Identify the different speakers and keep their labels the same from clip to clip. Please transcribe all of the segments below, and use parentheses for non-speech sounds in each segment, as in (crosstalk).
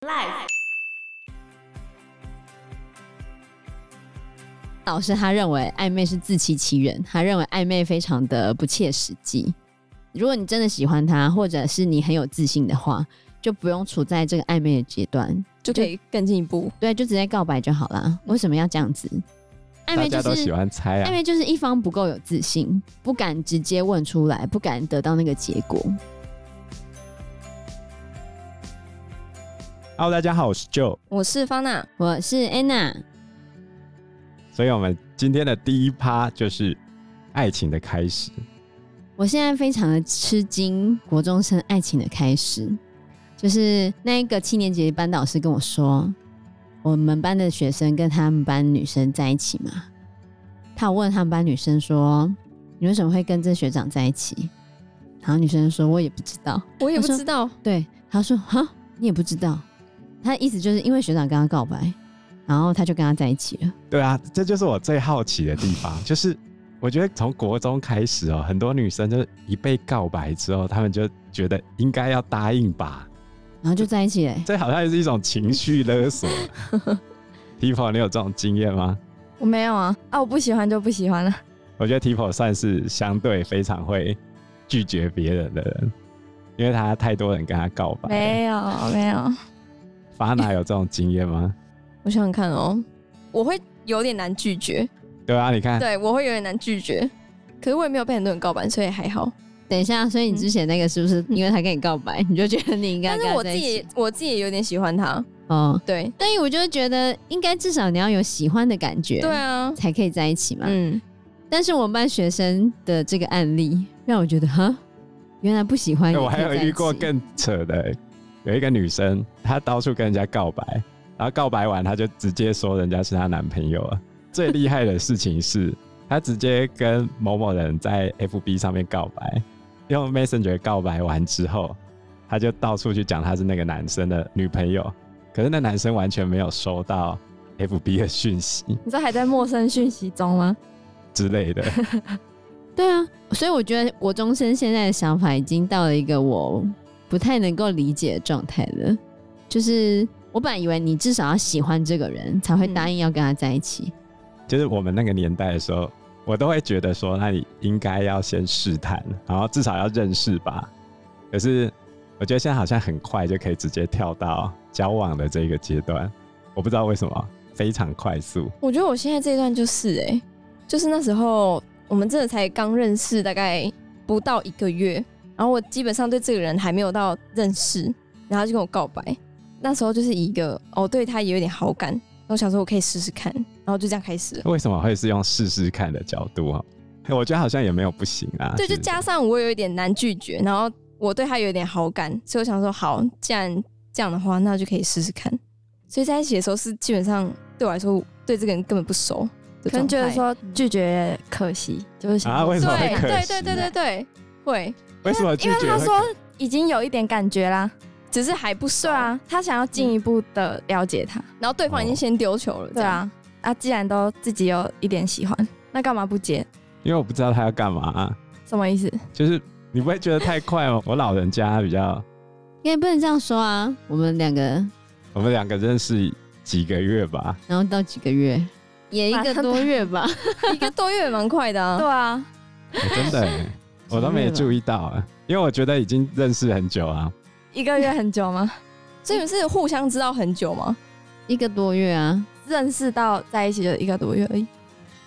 Speaker 1: Life
Speaker 2: 老师他认为暧昧是自欺欺人，他认为暧昧非常的不切实际。如果你真的喜欢他，或者是你很有自信的话，就不用处在这个暧昧的阶段，
Speaker 3: 就可以更进一步。
Speaker 2: 对，就直接告白就好啦。为什么要这样子？暧
Speaker 4: 大
Speaker 2: 昧就
Speaker 4: 家都喜
Speaker 2: 是
Speaker 4: 欢猜
Speaker 2: 暧
Speaker 4: 啊。
Speaker 2: 昧就是一方不够有自信，不敢直接问出来，不敢得到那个结果。
Speaker 4: Hello，大家好，我是 Joe。
Speaker 3: 我是方娜，
Speaker 2: 我是 Anna，
Speaker 4: 所以我们今天的第一趴就是爱情的开始。
Speaker 2: 我现在非常的吃惊，国中生爱情的开始，就是那一个七年级班导师跟我说，我们班的学生跟他们班女生在一起嘛，他有问他们班女生说，你为什么会跟这学长在一起？然后女生说，我也不知道。
Speaker 3: 我也不
Speaker 2: 我说
Speaker 3: 知道，
Speaker 2: 对，他说哈，你也不知道。他的意思就是因为学长跟他告白，然后他就跟他在一起了。
Speaker 4: 对啊，这就是我最好奇的地方，就是我觉得从国中开始哦，很多女生就是一被告白之后，她们就觉得应该要答应吧，
Speaker 2: 然后就在一起嘞、
Speaker 4: 这好像也是一种情绪勒索。Tipo，你有这种经验吗？
Speaker 3: 我没有啊，啊，我不喜欢就不喜欢了。
Speaker 4: 我觉得 Tipo 算是相对非常会拒绝别人的人，因为他太多人跟他告白。
Speaker 3: 没有没有，
Speaker 4: 法娜有这种经验吗？
Speaker 3: 我想想看哦，嗯我会有点难拒绝，
Speaker 4: 对啊，你看，
Speaker 3: 对我会有点难拒绝，可是我也没有被很多人告白，所以还好。
Speaker 2: 等一下，所以你之前那个是不是因为他跟你告白，你就觉得你应该
Speaker 3: 嗯但
Speaker 2: 跟
Speaker 3: 是
Speaker 2: 他
Speaker 3: 我
Speaker 2: 在
Speaker 3: 自
Speaker 2: 一起？
Speaker 3: 己我自己也有点喜欢他，
Speaker 2: 哦，
Speaker 3: 对
Speaker 2: 所以我就觉得应该至少你要有喜欢的感觉，
Speaker 3: 对啊，
Speaker 2: 才可以在一起嘛。
Speaker 3: 嗯，
Speaker 2: 但是我们班学生的这个案例让我觉得，哈，原来不喜欢
Speaker 4: 哎
Speaker 2: 也
Speaker 4: 我还
Speaker 2: 可
Speaker 4: 有
Speaker 2: 以在一
Speaker 4: 遇过
Speaker 2: 起
Speaker 4: 更扯的、欸有一个女生，她到处跟人家告白，然后告白完，她就直接说人家是她男朋友了。最厉害的事情是，她直接跟某某人在 FB 上面告白，用 Messenger 告白完之后，她就到处去讲她是那个男生的女朋友，可是那男生完全没有收到 FB 的讯息
Speaker 3: 你知道还在陌生讯息中吗？
Speaker 4: 之类的。
Speaker 2: 对啊，所以我觉得国中生现在的想法已经到了一个我不太能够理解的状态了。就是我本来以为你至少要喜欢这个人才会
Speaker 3: 嗯
Speaker 2: 答应要跟他在一起，
Speaker 4: 就是我们那个年代的时候，我都会觉得说，那你应该要先试探，然后至少要认识吧。可是我觉得现在好像很快就可以直接跳到交往的这个阶段，我不知道为什么非常快速。
Speaker 3: 我觉得我现在这一段就是哎、就是那时候我们真的才刚认识，大概不到一个月，然后我基本上对这个人还没有到认识，然后他就跟我告白，那时候就是一个哦对他也有点好感，然后想说我可以试试看，然后就这样开始了。
Speaker 4: 为什么会是用试试看的角度啊？我觉得好像也没有不行啊。
Speaker 3: 对，
Speaker 4: 是
Speaker 3: 就
Speaker 4: 不是
Speaker 3: 加上我有一点难拒绝，然后我对他有一点好感，所以我想说好，既然这样的话，那就可以试试看。所以在一起的时候是基本上对我来说对这个人根本不熟的状态，嗯
Speaker 5: 可能觉得说拒绝可惜，就是想
Speaker 4: 啊
Speaker 5: 说
Speaker 4: (laughs) 为什么会
Speaker 3: 对
Speaker 4: 可
Speaker 3: 对
Speaker 4: 惜
Speaker 3: 对对对对，会，
Speaker 4: 为什么拒
Speaker 5: 因为
Speaker 4: 绝
Speaker 5: 他
Speaker 4: 会
Speaker 5: 说已经有一点感觉啦，
Speaker 3: 只是还不熟嗯
Speaker 5: 对，啊，他想要进一步的了解他，
Speaker 3: 然后对方已经先丢球了，这
Speaker 5: 对
Speaker 3: 样，
Speaker 5: 啊，啊，既然都自己有一点喜欢，那干嘛不接？
Speaker 4: 因为我不知道他要干嘛啊、
Speaker 5: 什么意思？
Speaker 4: 就是你不会觉得太快吗？我老人家比较，
Speaker 2: 因为不能这样说啊。我们两个，
Speaker 4: 我们两个认识几个月吧，
Speaker 2: 然后到几个月，也一个多月 (laughs) 吧。
Speaker 3: 一个多月也蛮快的啊
Speaker 5: (laughs) 对，啊，
Speaker 4: (laughs) 欸真的欸、我都没注意到、啊，因为我觉得已经认识很久啊。
Speaker 5: 一个月很久吗？
Speaker 3: (laughs) 所以你们是互相知道很久吗？
Speaker 2: 一个多月啊，
Speaker 5: 认识到在一起就一个多月而已，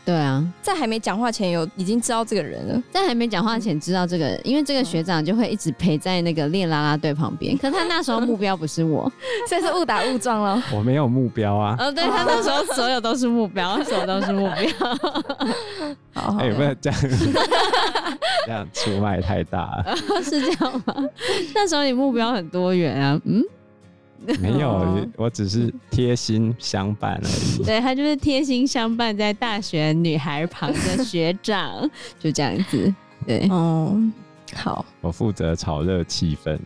Speaker 2: 对啊，
Speaker 3: 在还没讲话前有已经知道这个人了，
Speaker 2: 在还没讲话前知道这个，因为这个学长就会一直陪在那个练啦啦队旁边。可他那时候目标不是我，
Speaker 5: (laughs) 所以是误打误撞咯。
Speaker 4: 我没有目标啊，
Speaker 2: (laughs) 哦，对他那时候所有都是目标， (laughs) 所有都是目标。
Speaker 5: 好
Speaker 3: 哦
Speaker 5: 好
Speaker 4: 哎、不能这样， (laughs) 这样出卖太大啊了。
Speaker 2: 是这样吗？ (laughs) 那时候你目标很多元啊，嗯，
Speaker 4: 没有
Speaker 5: 哦，
Speaker 4: 我只是贴心相伴而
Speaker 2: (laughs)
Speaker 4: 已。
Speaker 2: 对他就是贴心相伴在大学女孩旁的学 (laughs) 长，就这样子。对，
Speaker 3: 哦，好，
Speaker 4: 我负责炒热气氛。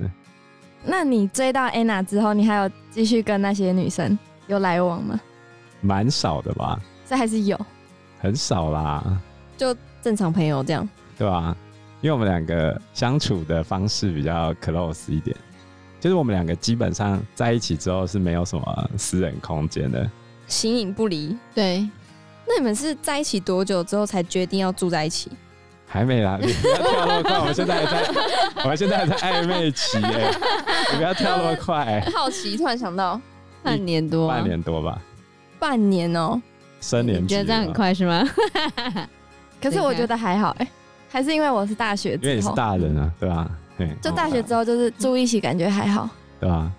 Speaker 5: 那你追到 Anna 之后，你还有继续跟那些女生有来往吗？
Speaker 4: 蛮少的吧，
Speaker 5: 这还是有，
Speaker 4: 很少啦，
Speaker 3: 正常朋友这样，
Speaker 4: 对吧、因为我们两个相处的方式比较 close 一点，就是我们两个基本上在一起之后是没有什么私人空间的，
Speaker 6: 形影不离。
Speaker 2: 对，
Speaker 6: 那你们是在一起多久之后才决定要住在一起？
Speaker 4: 还没啦，你不 (laughs) 要跳那么快，我们现在还在，我们现在还在暧昧期耶、 (laughs) 你不要跳那么快、
Speaker 6: 好奇，突然想到
Speaker 2: 半年多、啊，
Speaker 4: 半年多吧，
Speaker 6: 半年哦、
Speaker 4: 三年
Speaker 2: 你
Speaker 4: 级
Speaker 2: 觉
Speaker 4: 了
Speaker 2: 得这样很快是 (laughs) 吗？
Speaker 3: 可是我觉得还好
Speaker 6: 欸
Speaker 3: 哎、还是因为我是大学
Speaker 4: 因为
Speaker 3: 之
Speaker 4: 你是
Speaker 3: 后，
Speaker 4: 大人啊，对吧、对，
Speaker 3: 就大学之后就是住一起，感觉还好。
Speaker 4: 对吧、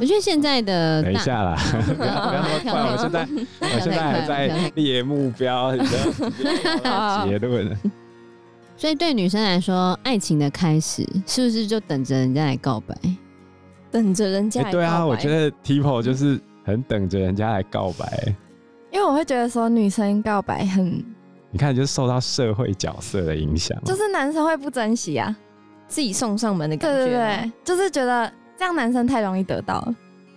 Speaker 2: 我觉得现在的
Speaker 4: 等一
Speaker 2: 大
Speaker 4: 下啦，不要
Speaker 2: 哦
Speaker 4: 不要那么
Speaker 2: (laughs)
Speaker 4: 快，我现在我现在还在列目标，你知道
Speaker 3: 好
Speaker 4: 结论。
Speaker 2: 所以对女生来说，爱情的开始是不是就等着人家来告白？
Speaker 6: 等着人家
Speaker 4: 哎、
Speaker 6: 来
Speaker 4: 对啊，
Speaker 6: 告白
Speaker 4: 我觉得 Tipo 就是很等着人家来告白，
Speaker 3: 因为我会觉得说女生告白很，
Speaker 4: 你看就是受到社会角色的影响，
Speaker 3: 就是男生会不珍惜啊，
Speaker 6: 自己送上门的感
Speaker 3: 对
Speaker 6: 觉。啊
Speaker 3: 对对，就是觉得这样男生太容易得到了，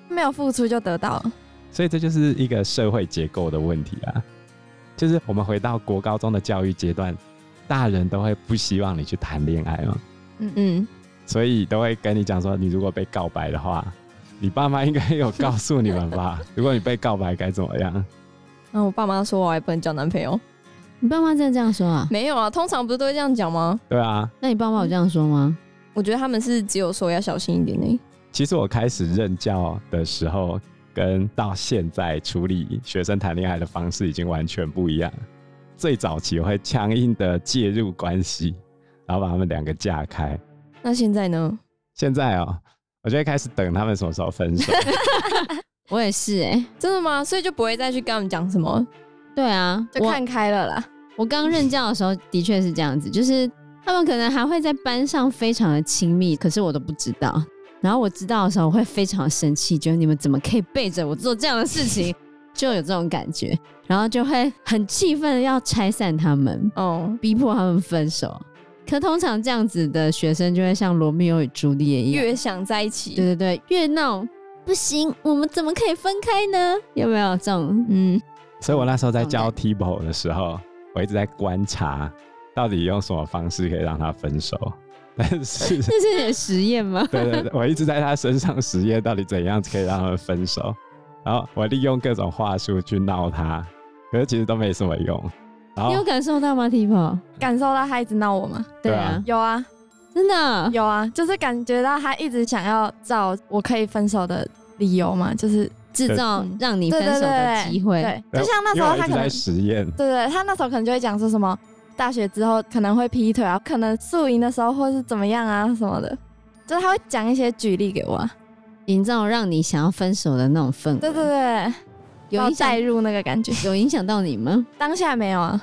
Speaker 3: 没有付出就得到了。
Speaker 4: 所以这就是一个社会结构的问题啊。就是我们回到国高中的教育阶段，大人都会不希望你去谈恋爱嘛，
Speaker 3: 嗯嗯，
Speaker 6: 嗯，
Speaker 4: 所以都会跟你讲说，你如果被告白的话，你爸妈应该有告诉你们吧？ (laughs) 如果你被告白该怎么样？
Speaker 6: 然后我爸妈说我还不能交男朋友，
Speaker 2: 你爸妈真的这样说啊？
Speaker 6: 没有啊，通常不是都会这样讲吗？
Speaker 4: 对啊，
Speaker 2: 那你爸妈有这样说吗？
Speaker 6: 我觉得他们是只有说要小心一点呢。
Speaker 4: 其实我开始任教的时候，跟到现在处理学生谈恋爱的方式已经完全不一样。最早期我会强硬的介入关系，然后把他们两个架开。
Speaker 6: 那现在呢？
Speaker 4: 现在哦、我就会开始等他们什么时候分
Speaker 3: (laughs)
Speaker 4: 手。
Speaker 2: 我也是哎、
Speaker 6: 真的吗？所以就不会再去跟他们讲什么。
Speaker 2: 对啊，
Speaker 3: 就
Speaker 2: 我
Speaker 3: 看开了啦。
Speaker 2: 我刚任教的时候的确是这样子，就是他们可能还会在班上非常的亲密，可是我都不知道。然后我知道的时候，我会非常生气，觉得你们怎么可以背着我做这样的事情，就有这种感觉，然后就会很气愤的要拆散他们，
Speaker 6: 哦，
Speaker 2: 逼迫他们分手。可通常这样子的学生就会像罗密欧与朱丽叶一样，
Speaker 6: 越想在一起，
Speaker 2: 对对对，越闹不行，我们怎么可以分开呢？有没有这种
Speaker 6: 嗯，
Speaker 4: 所以我那时候在教 Tibo 的时候，我一直在观察到底用什么方式可以让他分手。但
Speaker 3: (laughs)
Speaker 4: 是
Speaker 2: 这是你的实验吗？
Speaker 4: 对对对，我一直在他身上实验，到底怎样可以让他们分手。然后我利用各种话术去闹他，可是其实都没什么用。然
Speaker 2: 你有
Speaker 4: 后
Speaker 2: 感受到吗，Tipo？
Speaker 3: 感受到他一直闹我吗？
Speaker 4: 对啊，
Speaker 3: 有啊，
Speaker 2: 真的
Speaker 3: 有啊，就是感觉到他一直想要找我可以分手的理由嘛，就是
Speaker 2: 制造
Speaker 3: 嗯
Speaker 2: 让你
Speaker 3: 对
Speaker 2: 分
Speaker 3: 对
Speaker 2: 手的
Speaker 3: 对
Speaker 2: 机会。
Speaker 3: 对，就像那时
Speaker 4: 因为
Speaker 3: 候
Speaker 4: 我一
Speaker 3: 他
Speaker 4: 直
Speaker 3: 可能
Speaker 4: 在实验，
Speaker 3: 对对，他那时候可能就会讲说什么大学之后可能会劈腿啊，可能宿营的时候或是怎么样啊什么的，就是他会讲一些举例给我、啊。
Speaker 2: 营造让你想要分手的那种氛围。
Speaker 3: 对对对，
Speaker 2: 有
Speaker 3: 要
Speaker 2: 影响
Speaker 3: 带入那个感觉。
Speaker 2: 有影响到你吗？
Speaker 3: 当下没有啊，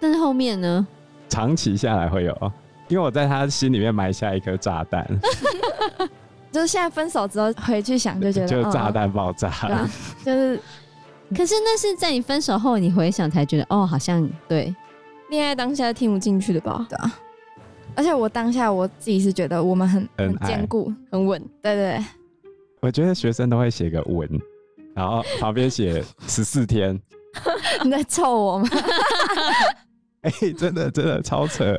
Speaker 2: 但是后面呢？
Speaker 3: 嗯
Speaker 4: 长期下来会有，因为我在他心里面埋下一颗炸弹，
Speaker 3: 就是现在分手之后回去想就觉得
Speaker 4: 就
Speaker 3: 嗯
Speaker 4: 炸弹爆炸。
Speaker 3: 对啊就是
Speaker 2: 可是那是在你分手后，你回想才觉得，哦，好像对，
Speaker 6: 恋爱当下听不进去的吧，
Speaker 3: 对啊。而且我当下我自己是觉得我们很
Speaker 4: 恩
Speaker 3: 很
Speaker 4: 爱
Speaker 3: 坚固，
Speaker 6: 很稳。
Speaker 3: 对对对，
Speaker 4: 我觉得学生都会写个文，然后旁边写十四天， (laughs)
Speaker 6: (laughs)
Speaker 3: 你在臭我吗？
Speaker 4: 哎、真的真的超扯。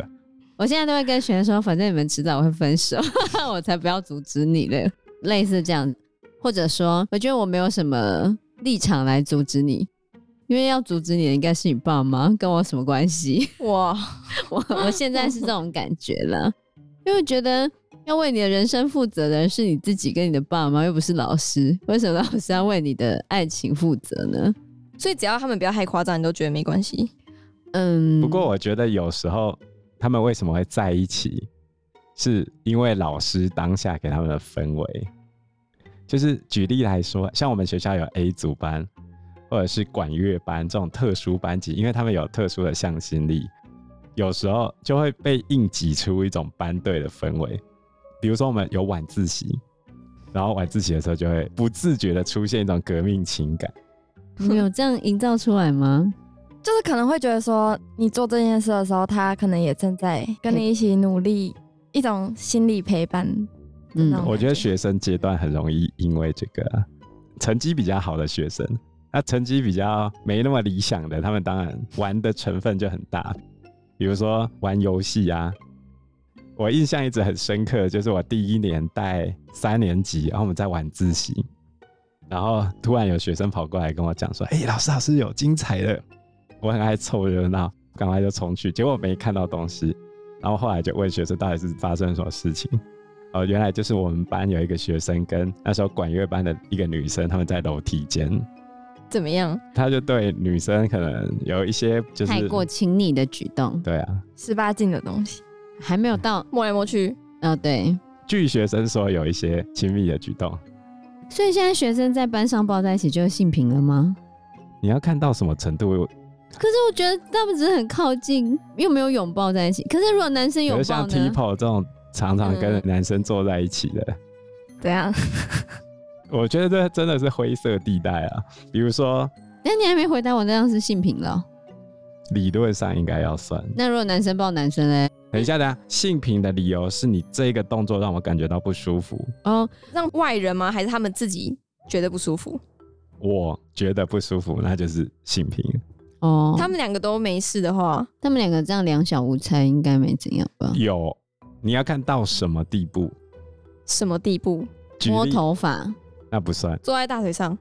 Speaker 2: 我现在都会跟学生说，反正你们迟早会分手， (laughs) 我才不要阻止你嘞。类似这样，或者说，我觉得我没有什么立场来阻止你，因为要阻止你的应该是你爸妈，跟我什么关系？ (laughs)
Speaker 6: 哇，
Speaker 2: 我我现在是这种感觉了，因为我觉得要为你的人生负责的人是你自己跟你的爸妈，又不是老师。为什么老师要为你的爱情负责呢？
Speaker 6: 所以只要他们不要太夸张，你都觉得没关系。
Speaker 2: 嗯，
Speaker 4: 不过我觉得有时候他们为什么会在一起，是因为老师当下给他们的氛围。就是举例来说，像我们学校有 A 组班，或者是管乐班这种特殊班级，因为他们有特殊的向心力，有时候就会被硬挤出一种班队的氛围。比如说我们有晚自习，然后晚自习的时候就会不自觉的出现一种革命情感。
Speaker 2: 你有这样营造出来吗？
Speaker 3: 就是可能会觉得说，你做这件事的时候，他可能也正在跟你一起努力，一种心理陪伴。
Speaker 2: 嗯
Speaker 3: 那，
Speaker 4: 我觉得
Speaker 3: 感觉
Speaker 4: 学生阶段很容易因为这个啊、成绩比较好的学生，那成绩比较没那么理想的，他们当然玩的成分就很大，比如说玩游戏啊，我印象一直很深刻，就是我第一年带三年级，然后我们在晚自习，然后突然有学生跑过来跟我讲说：“哎、老师，老师有精彩的！”我很爱凑热闹，赶快就冲去，结果没看到东西，然后后来就问学生到底是发生什么事情。哦，原来就是我们班有一个学生跟那时候管乐班的一个女生，他们在楼梯间，
Speaker 6: 怎么样？
Speaker 4: 他就对女生可能有一些就是
Speaker 2: 太过亲昵的举动，
Speaker 4: 对啊，
Speaker 3: 十八禁的东西，
Speaker 2: 还没有到。
Speaker 6: 摸来摸去，
Speaker 2: 呃，对，
Speaker 4: 据学生说有一些亲密的举动。
Speaker 2: 所以现在学生在班上抱在一起就是性平了吗？
Speaker 4: 你要看到什么程度？
Speaker 2: 可是我觉得他们只是很靠近，又没有拥抱在一起。可是如果男生
Speaker 4: 比
Speaker 2: 拥抱
Speaker 4: 如像
Speaker 2: 呢？嗯
Speaker 4: Tipo 这种常常跟男生坐在一起的，
Speaker 3: 怎样？
Speaker 4: 我觉得这真的是灰色地带啊。比如说，
Speaker 2: 那你还没回答我，那样是性平了哦。
Speaker 4: 理论上应该要算。
Speaker 2: 那如果男生抱男生嘞？
Speaker 4: 等一下，等一下，性平的理由是你这个动作让我感觉到不舒服，
Speaker 2: 哦，
Speaker 6: 让外人吗？还是他们自己觉得不舒服？
Speaker 4: 我觉得不舒服，那就是性平。
Speaker 2: 哦，
Speaker 6: 他们两个都没事的话，
Speaker 2: 他们两个这样两小无猜，应该没怎样吧？
Speaker 4: 有，你要看到什么地步？
Speaker 6: 什么地步？
Speaker 4: 举
Speaker 2: 摸
Speaker 4: 例
Speaker 2: 头发，
Speaker 4: 那不算，
Speaker 6: 坐在大腿上，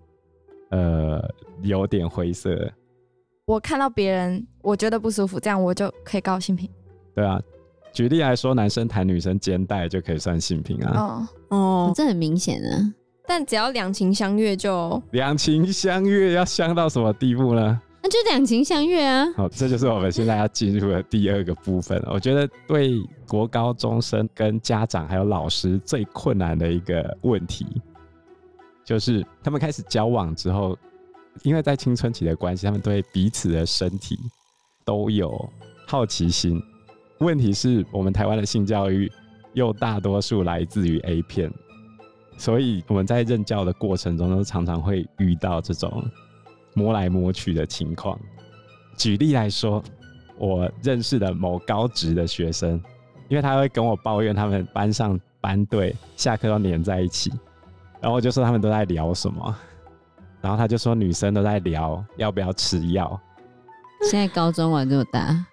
Speaker 4: 呃，有点灰色，
Speaker 3: 我看到别人，我觉得不舒服，这样我就可以告性平。
Speaker 4: 对啊。举例来说，男生弹女生肩带就可以算性平啊，
Speaker 3: 哦，
Speaker 2: 哦
Speaker 6: 哦，
Speaker 2: 这很明显啊。
Speaker 6: 但只要两情相悦就
Speaker 4: 两情相悦要相到什么地步呢？
Speaker 2: 那就两情相悦啊。
Speaker 4: 好，这就是我们现在要进入的第二个部分。我觉得对国高中生跟家长还有老师最困难的一个问题，就是他们开始交往之后，因为在青春期的关系，他们对彼此的身体都有好奇心。问题是我们台湾的性教育又大多数来自于 A 片，所以我们在任教的过程中都常常会遇到这种摸来摸去的情况。举例来说，我认识的某高职的学生，因为他会跟我抱怨他们班上班队下课都黏在一起，然后我就说他们都在聊什么， (laughs) 然后他就说女生都在聊要不要吃药，
Speaker 2: 现在高中玩这么大，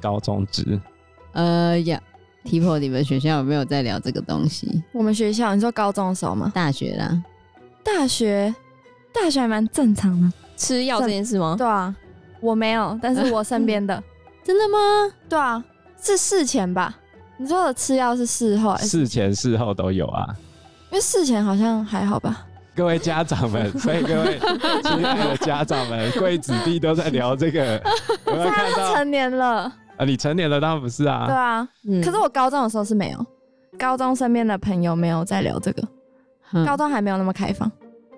Speaker 4: 高中职
Speaker 2: 呃呀，Tipo，你们学校有没有在聊这个东西？
Speaker 3: 我们学校，你说高中的时候吗？
Speaker 2: 大学啦，
Speaker 3: 大学，大学还蛮正常的。
Speaker 6: 吃药这件事吗？
Speaker 3: 对啊，我没有，但是我身边 (laughs) 的，
Speaker 2: 真的吗？
Speaker 3: 对啊，是事前吧？你说的吃药是事后、欸，
Speaker 4: 事前事后都有啊。
Speaker 3: 因为事前好像还好吧？
Speaker 4: 各位家长们，所以各位亲爱的家长们，贵子弟都在聊这个，
Speaker 3: (laughs)
Speaker 4: 有没有
Speaker 3: 他
Speaker 4: 看
Speaker 3: 都
Speaker 4: 到？
Speaker 3: 成年了，
Speaker 4: 啊，你成年了当然不是
Speaker 3: 对
Speaker 4: 啊，
Speaker 3: 啊。
Speaker 6: 嗯
Speaker 3: 可是我高中的时候是没有，高中身边的朋友没有在聊这个，
Speaker 6: 嗯
Speaker 2: 哼
Speaker 3: 高中还没有那么开放。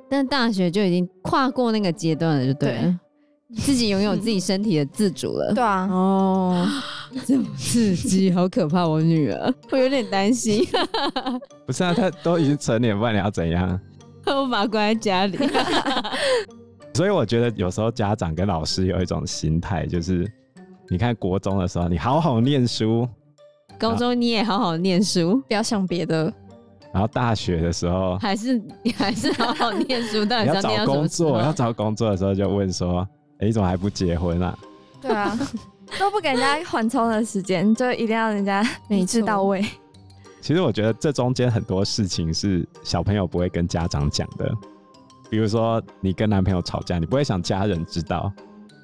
Speaker 2: 但大学就已经跨过那个阶段了，就对了。自己拥有自己身体的自主了，
Speaker 3: 对啊，
Speaker 6: 呃哦，
Speaker 2: (laughs) 这么刺激，好可怕！我女儿，我有点担 (laughs) 心，
Speaker 4: 不是啊，他都已经成年，不然你要怎样？
Speaker 2: 我把她关在家里。
Speaker 4: 所以我觉得有时候家长跟老师有一种心态，就是你看国中的时候，你好好念书，
Speaker 2: 高中你也好好念书，
Speaker 6: 不要想别的，
Speaker 4: 然后大学的时
Speaker 2: (laughs)
Speaker 4: 候
Speaker 2: 还是你还是好好念书，到底
Speaker 4: 你
Speaker 2: 是要念
Speaker 4: 要找
Speaker 2: 到什
Speaker 4: 工
Speaker 2: 么时候 (laughs)
Speaker 4: 作，要啊找工作的时候就问说：“哎、你怎么还不结婚啊
Speaker 3: 对
Speaker 6: (laughs)
Speaker 3: 啊，都不给人家缓冲的时间，就一定要人家理智到位。？”
Speaker 4: 其实我觉得这中间很多事情是小朋友不会跟家长讲的，比如说你跟男朋友吵架，你不会想家人知道，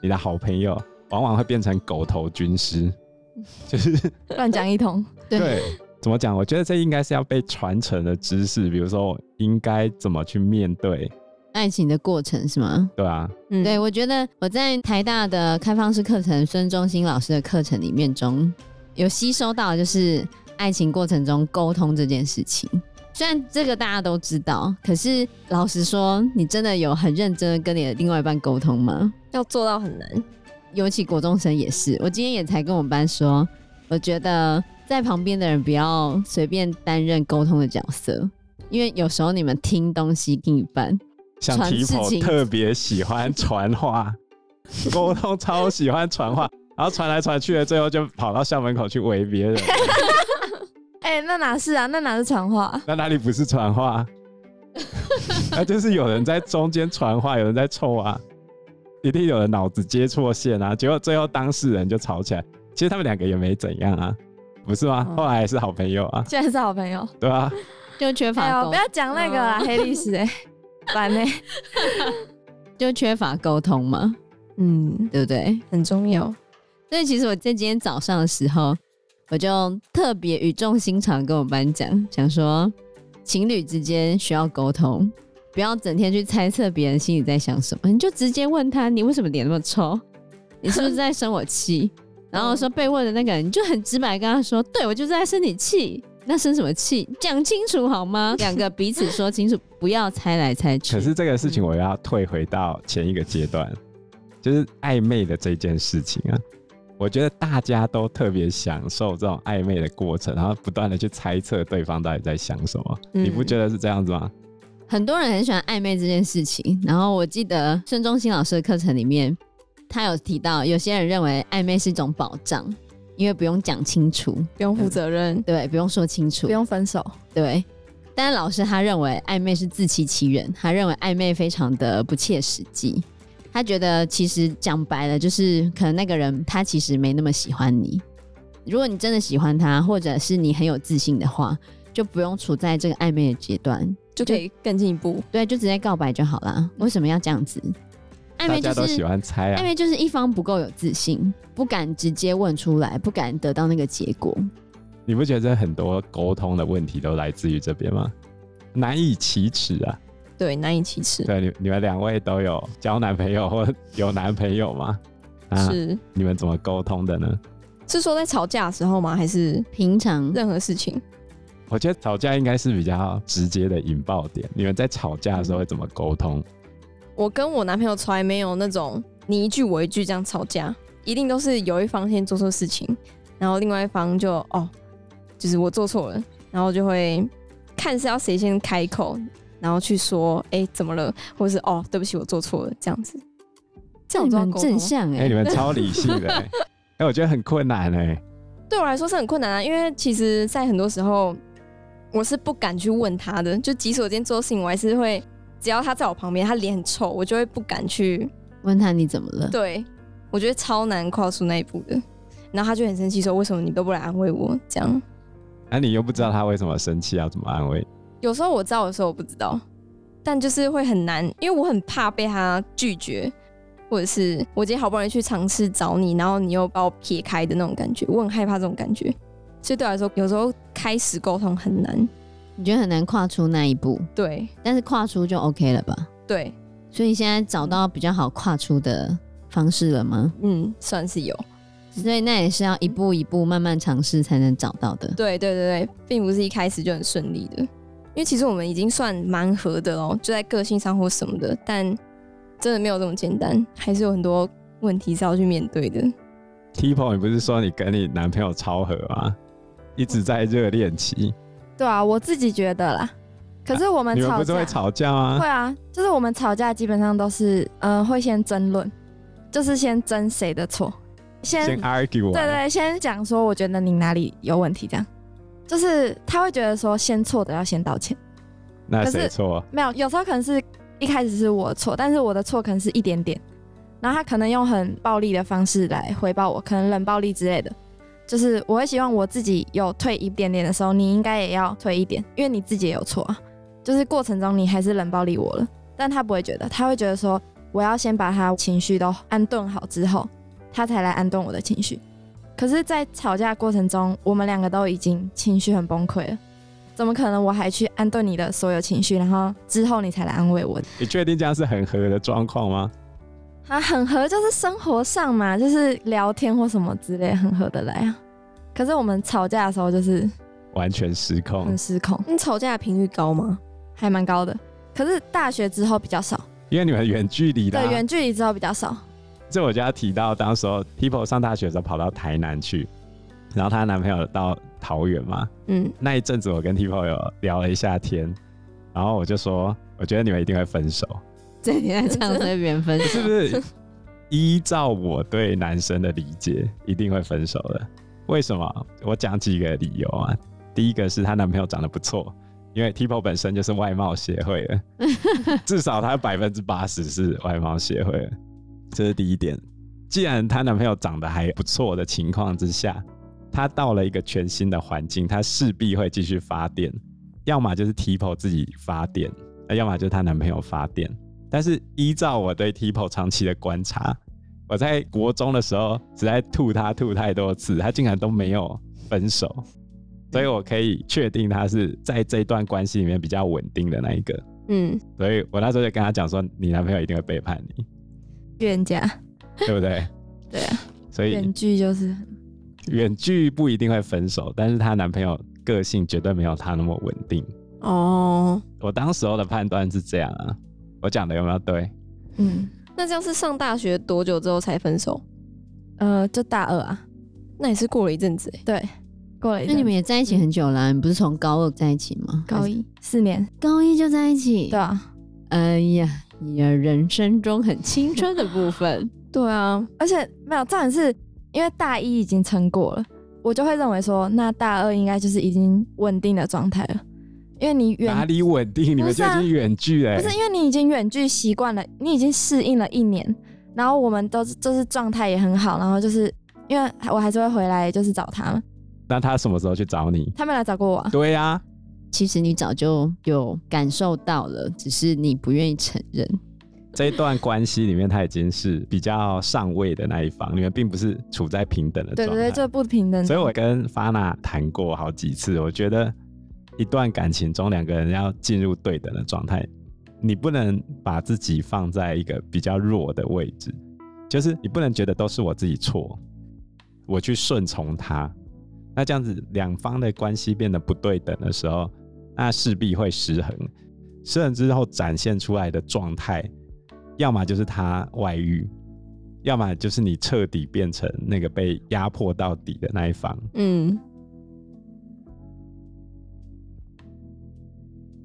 Speaker 4: 你的好朋友往往会变成狗头军师， (laughs) 就是
Speaker 3: 乱讲一通，
Speaker 4: 对，怎么讲？我觉得这应该是要被传承的知识，比如说我应该怎么去面对，
Speaker 2: 爱情的过程是吗？
Speaker 4: 对啊，
Speaker 6: 嗯，
Speaker 2: 对，，我觉得我在台大的开放式课程孙中兴老师的课程里面中，有吸收到就是爱情过程中沟通这件事情。虽然这个大家都知道，可是老实说，你真的有很认真的跟你的另外一半沟通吗？
Speaker 6: (laughs) 要做到很难，
Speaker 2: 尤其国中生也是，我今天也才跟我们班说，我觉得在旁边的人不要随便担任沟通的角色，因为有时候你们听东西听一半，
Speaker 4: 像
Speaker 2: 传事
Speaker 4: Tipo
Speaker 2: 情
Speaker 4: 特别喜欢
Speaker 2: (laughs)
Speaker 4: 传话，沟通超喜欢传话，然后传来传去的，最后就跑到校门口去围别
Speaker 2: (laughs)
Speaker 4: 人，
Speaker 3: 哎、那哪是啊？那哪是传话？
Speaker 4: 那哪里不是
Speaker 2: (laughs)
Speaker 4: 传话？那就是有人在中间传话，有人在凑啊，一定有人脑子接错线啊，结果最后当事人就吵起来。其实他们两个也没怎样啊，不是吗？
Speaker 2: 哦
Speaker 3: 嗯
Speaker 4: 后来也是好朋友啊，
Speaker 3: 现在是好朋友。
Speaker 4: 对啊吧、
Speaker 2: 就缺
Speaker 3: 哎
Speaker 2: 乏
Speaker 3: 呦，
Speaker 2: 沟
Speaker 3: 不，要讲那个啦，
Speaker 6: 哦
Speaker 3: 黑历史
Speaker 6: (laughs)
Speaker 3: 哎、烦哎、
Speaker 2: 就缺乏沟通嘛，
Speaker 6: 嗯，
Speaker 2: 对不对？
Speaker 6: 很重要。
Speaker 2: 所以其实我在今天早上的时候，我就特别语重心长地跟我班讲，想说情侣之间需要沟通，不要整天去猜测别人心里在想什么，你就直接问他，你为什么脸那么
Speaker 6: (laughs)
Speaker 2: 臭？你是不是在生我气？然后说被问的那个人，你就很直白地跟他说，对我就是在生你气。那生什么气？讲清楚好吗？两个彼此说清楚，不要猜来猜去。
Speaker 4: 可是这个事情我要退回到前一个阶段，就是暧昧的这件事情啊。我觉得大家都特别享受这种暧昧的过程，然后不断的去猜测对方到底在想什么，
Speaker 6: 嗯
Speaker 4: 你不觉得是这样子吗？
Speaker 2: 很多人很喜欢暧昧这件事情。然后我记得孙中兴老师的课程里面，他有提到，有些人认为暧昧是一种保障，因为不用讲清楚，
Speaker 6: 不用负责
Speaker 4: 嗯
Speaker 6: 任，
Speaker 2: 对，不用说清楚，
Speaker 3: 不用分手，
Speaker 2: 对。但是老师他认为暧昧是自欺欺人，他认为暧昧非常的不切实际。他觉得其实讲白了，就是可能那个人他其实没那么喜欢你。如果你真的喜欢他，或者是你很有自信的话，就不用处在这个暧昧的阶段，
Speaker 6: 就可以更进一步。
Speaker 2: 对，就直接告白就好啦。为什么要这样子？暧
Speaker 4: 大
Speaker 2: 昧
Speaker 4: 家
Speaker 2: 就
Speaker 4: 都喜
Speaker 2: 是
Speaker 4: 欢猜
Speaker 2: 暧
Speaker 4: 啊。
Speaker 2: 昧，就是一方不够有自信，不敢直接问出来，不敢得到那个结果。
Speaker 4: 你不觉得很多沟通的问题都来自于这边吗？难以启齿啊！
Speaker 6: 对，难以启齿。
Speaker 4: 对，你你们两位都有交男朋友或有男朋友吗？啊，
Speaker 6: 是
Speaker 4: 你们怎么沟通的呢？
Speaker 6: 是说在吵架的时候吗？还是
Speaker 2: 平常
Speaker 6: 任何事情？
Speaker 4: 我觉得吵架应该是比较直接的引爆点。你们在吵架的时候会怎么沟通？
Speaker 6: 我跟我男朋友从来没有那种你一句我一句这样吵架，一定都是有一方先做错事情，然后另外一方就哦，就是我做错了，然后就会看是要谁先开口，然后去说哎、怎么了，或者是哦对不起我做错了这样子，这样
Speaker 2: 你
Speaker 6: 子
Speaker 2: 们很正
Speaker 6: 向。
Speaker 2: 向
Speaker 3: 嗯
Speaker 4: 哎、
Speaker 2: 哎、
Speaker 4: 你们超理性
Speaker 3: (laughs)
Speaker 4: 的、欸，哎、我觉得很困难哎、
Speaker 6: 对我来说是很困难啊，因为其实，在很多时候，我是不敢去问他的。就即使我今天做事情，我还是会，只要他在我旁边，他脸很臭，我就会不敢去。
Speaker 2: 问他你怎么了？
Speaker 6: 对我觉得超难跨出那一步的。然后他就很生气，说：“为什么你都不来安慰我？”这样，
Speaker 4: 那、啊你又不知道他为什么生气，要怎么安慰？
Speaker 6: 有时候我知道，有时候我不知道，但就是会很难，因为我很怕被他拒绝，或者是我今天好不容易去尝试找你，然后你又把我撇开的那种感觉，我很害怕这种感觉。所以对我来说，有时候开始沟通很难。
Speaker 2: 你觉得很难跨出那一步，
Speaker 6: 对
Speaker 2: 但是跨出就 OK 了吧？
Speaker 6: 对，
Speaker 2: 所以你现在找到比较好跨出的方式了吗？
Speaker 6: 嗯，算是有。
Speaker 2: 所以那也是要一步一步慢慢尝试才能找到
Speaker 6: (laughs)
Speaker 2: 的。
Speaker 6: 对对对对，并不是一开始就很顺利的，因为其实我们已经算蛮合的哦，就在个性上或什么的，但真的没有这么简单，还是有很多问题是要去面对的。
Speaker 4: Tipo，你不是说你跟你男朋友超合吗？一直在热恋期，
Speaker 3: 对啊，我自己觉得啦。可是我们
Speaker 4: 啊你们
Speaker 3: 吵
Speaker 4: 不是
Speaker 3: 架，
Speaker 4: 会吵架吗
Speaker 3: 会？啊，就是我们吵架基本上都是，嗯、会先争论，就是先争谁的错，先
Speaker 4: 先 argue 完，
Speaker 3: 对对，先讲说我觉得你哪里有问题，这样，就是他会觉得说先错的要先道歉，
Speaker 4: 那
Speaker 3: 可
Speaker 4: 谁
Speaker 3: 是
Speaker 4: 错？
Speaker 3: 没有，有时候可能是一开始是我的错，但是我的错可能是一点点，然后他可能用很暴力的方式来回报我，可能冷暴力之类的。就是我会希望我自己有退一点点的时候，你应该也要退一点，因为你自己也有错啊。就是过程中你还是冷暴力我了，但他不会觉得，他会觉得说啊我要先把他情绪都安顿好之后，他才来安顿我的情绪。可是，在吵架过程中，我们两个都已经情绪很崩溃了，怎么可能我还去安顿你的所有情绪，然后之后你才来安慰我？
Speaker 4: 你确定这样是很合的状况吗？
Speaker 3: 啊，很合，就是生活上嘛，就是聊天或什么之类，很合得来啊。可是我们吵架的时候就是
Speaker 4: 完全失控
Speaker 3: 很，失控，
Speaker 6: 你吵架的频率高吗？
Speaker 3: 还蛮高的。可是大学之后比较少，
Speaker 4: 因为你们远距离的、
Speaker 3: 对，
Speaker 4: 啊。
Speaker 3: 远距离之后比较少。
Speaker 4: 这我就要提到，当时候 People 上大学的时候跑到台南去，然后她男朋友到桃园嘛。
Speaker 6: 嗯，
Speaker 4: 那一阵子我跟 Tipo 有聊了一下天，然后我就说，我觉得你们一定会分手，
Speaker 2: 这你在唱推别人分 (laughs) 手，
Speaker 4: 是不是？依照我对男生的理解，一定会分手的。为什么？我讲几个理由啊。第一个是她男朋友长得不错，因为 Tipo 本身就是外貌协会的，至少她百分之八十是外貌协会的，这是第一点。既然她男朋友长得还不错的情况之下，他到了一个全新的环境，他势必会继续发电，要么就是 Tipo 自己发电，呃要么就是她男朋友发电。但是依照我对 Tipo 长期的观察，我在国中的时候实在吐他吐太多次，他竟然都没有分手，所以我可以确定他是在这段关系里面比较稳定的那一个。
Speaker 6: 嗯，
Speaker 4: 所以我那时候就跟他讲说，你男朋友一定会背叛
Speaker 3: (laughs)
Speaker 4: 你，
Speaker 3: 远家，
Speaker 4: 对不对？
Speaker 3: 对啊，
Speaker 4: 所以
Speaker 3: 远距就是
Speaker 4: 远距不一定会分手，但是她男朋友个性绝对没有她那么稳定。
Speaker 6: 哦，
Speaker 4: 我当时候的判断是这样啊，我讲的有没有对？
Speaker 3: 嗯
Speaker 6: 那这样是上大学多久之后才分手？
Speaker 3: 呃，就大二啊，
Speaker 6: 那也是过了一阵子哎、
Speaker 3: 对，过了一
Speaker 2: 那你
Speaker 3: 阵
Speaker 2: 们也在一起很久啦、你不是从高二在一起吗？
Speaker 3: 高一四年，
Speaker 2: 高一就在一起，
Speaker 3: 对啊，
Speaker 2: 哎呀，你的人生中很青春的部分，
Speaker 6: 对啊，
Speaker 3: 而且没有，重点是因为大一已经撑过了，我就会认为说，那大二应该就是已经稳定的状态了，因为你远啊
Speaker 4: 哪里稳定？你们就已经远距哎、
Speaker 3: 不是因为你已经远距习惯了，你已经适应了一年，然后我们都是就是状态也很好，然后就是因为我还是会回来就是找他们，
Speaker 4: 那他什么时候去找你？
Speaker 3: 他们来找过我、啊，
Speaker 4: 对呀、
Speaker 2: (laughs) 其实你早就有感受到了，只是你不愿意承认。
Speaker 4: 这一段关系里面他已经是比较上位的那一方，你们并不是处在平等的
Speaker 3: 对
Speaker 4: 状态。
Speaker 3: 对对，这不平等，
Speaker 4: 所以我跟发娜谈过好几次，我觉得一段感情中两个人要进入对等的状态，你不能把自己放在一个比较弱的位置，就是你不能觉得都是我自己错，我去顺从他，那这样子两方的关系变得不对等的时候，那势必会失衡，失衡之后展现出来的状态，要么就是他外遇。要么就是你彻底变成那个被压迫到底的那一方，
Speaker 6: 嗯，